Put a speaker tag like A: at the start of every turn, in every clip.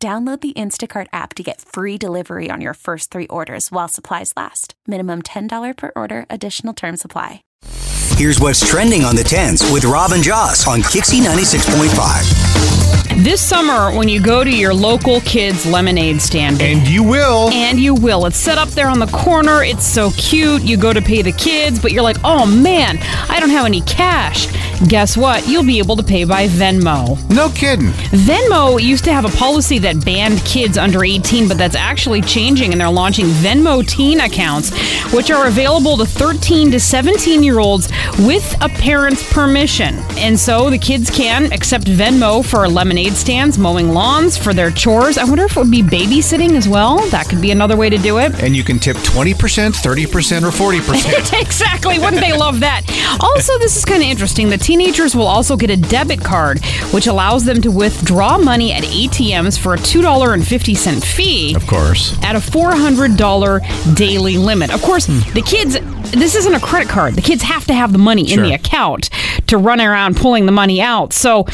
A: Download the Instacart app to get free delivery on your first three orders while supplies last. Minimum $10 per order, additional term supply.
B: Here's what's trending on the 10s with Rob and Joss on Kixie 96.5.
C: This summer, when you go to your local kids' lemonade stand,
D: And you will.
C: and you will, it's set up there on the corner. It's so cute. You go to pay the kids, but you're like, oh man, I don't have any cash. Guess what? You'll be able to pay by Venmo.
D: No kidding.
C: Venmo used to have a policy that banned kids under 18, but that's actually changing, and they're launching Venmo teen accounts, which are available to 13 to 17 year olds with a parent's permission. And so the kids can accept Venmo for lemonade stands, mowing lawns, for their chores. I wonder if it would be babysitting as well. That could be another way to do it.
D: And you can tip 20%, 30%, or 40%.
C: exactly. Wouldn't they love that? Also, this is kind of interesting. The teenagers will also get a debit card, which allows them to withdraw money at ATMs for a $2.50 fee
D: of course.
C: at a $400 daily limit. Of course, the kids, this isn't a credit card. The kids have to have the money
D: Sure.
C: in the account to run around pulling the money out. So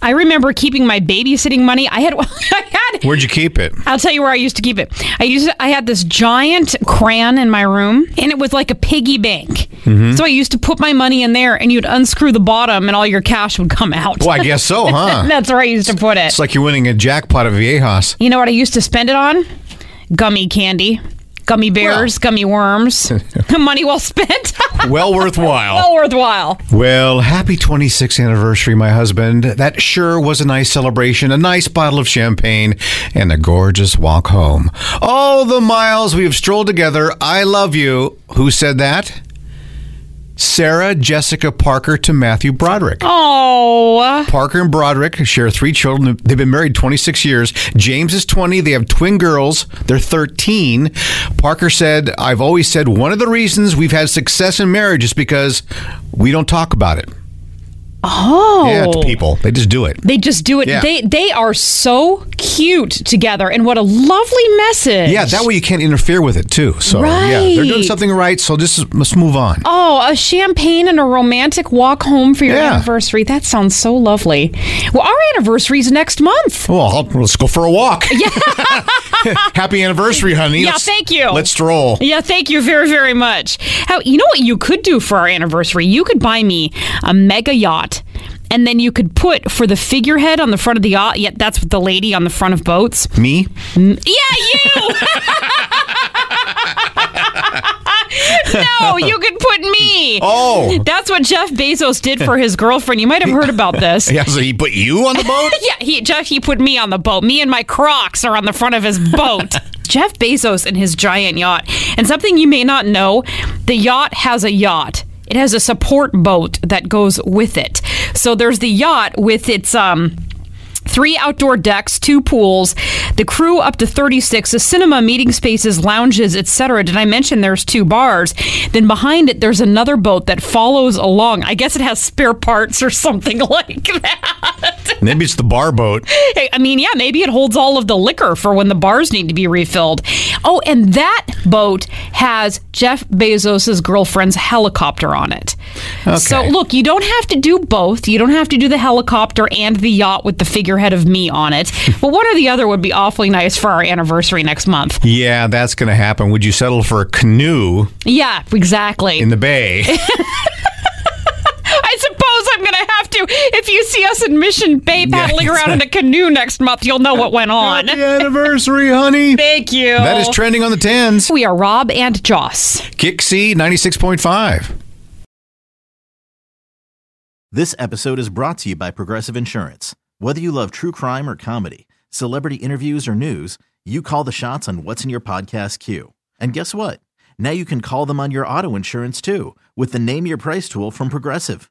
C: I remember keeping my babysitting money. I had, I had
D: Where'd you keep it?
C: I'll tell you where I used to keep it. I used I had this giant crayon in my room, and it was like a piggy bank.
D: Mm-hmm.
C: So I used to put my money in there, and you'd unscrew the bottom, and all your cash would come out.
D: Well, I guess so, huh?
C: That's where I used to put it.
D: It's like you're winning a jackpot of Viejas.
C: You know what I used to spend it on? Gummy candy, gummy bears, gummy worms. money well spent.
D: Well worthwhile.
C: well worthwhile.
D: Well, happy 26th anniversary, my husband. That sure was a nice celebration, a nice bottle of champagne, and a gorgeous walk home. All the miles we have strolled together. I love you. Who said that? Sarah Jessica Parker to Matthew Broderick.
C: Oh,
D: Parker and Broderick share three children. They've been married 26 years. James is 20. They have twin girls. They're 13. Parker said, I've always said one of the reasons we've had success in marriage is because we don't talk about it.
C: oh.
D: Yeah, to people. They just do it.
C: They just do it.
D: Yeah.
C: They they are so cute together, and what a lovely message.
D: Yeah, that way you can't interfere with it too. So yeah, they're doing
C: Right.
D: something right. So just let's move on.
C: Oh, a champagne and a romantic walk home for your
D: Yeah.
C: anniversary. That sounds so lovely. Well, our anniversary's next month.
D: Well, I'll- let's go for a walk. Yeah. Happy anniversary, honey.
C: Yeah,
D: Let's-
C: thank you.
D: Let's stroll.
C: Yeah, thank you very, very much. How you know what you could do for our anniversary? You could buy me a mega yacht, and then you could put for the figurehead on the front of the yacht. Yeah, that's what the lady on the front of boats.
D: Me?
C: Yeah, you. no, you could put me.
D: Oh.
C: That's what Jeff Bezos did for his girlfriend. You might have heard about this.
D: Yeah, so he put you on the boat?
C: Yeah, he Jeff he put me on the boat. Me and my Crocs are on the front of his boat. Jeff Bezos and his giant yacht. And something you may not know, the yacht has a yacht. It has a support boat that goes with it. So there's the yacht with its um Three outdoor decks, two pools, the crew up to 36, a cinema, meeting spaces, lounges, etc. Did I mention there's two bars? Then behind it, there's another boat that follows along. I guess it has spare parts or something like that.
D: Maybe it's the bar boat.
C: Hey, I mean, yeah, maybe it holds all of the liquor for when the bars need to be refilled. Oh, and that boat has Jeff Bezos' girlfriend's helicopter on it. So,
D: Okay.
C: look, you don't have to do both. You don't have to do the helicopter and the yacht with the figurehead of me on it. but one or the other would be awfully nice for our anniversary next month.
D: Yeah, that's going to happen. Would you settle for a canoe
C: Yeah, exactly.
D: in the bay?
C: I suppose I'm going to have to. If you see us in Mission Bay paddling around in a canoe next month, you'll know what went on.
D: Happy anniversary, honey.
C: Thank you.
D: That is trending on the 10s.
C: We are Rob and Joss.
D: Kixie 96.5.
E: This episode is brought to you by Progressive Insurance. Whether you love true crime or comedy, celebrity interviews or news, you call the shots on what's in your podcast queue. And guess what? Now you can call them on your auto insurance too with the Name Your Price tool from Progressive.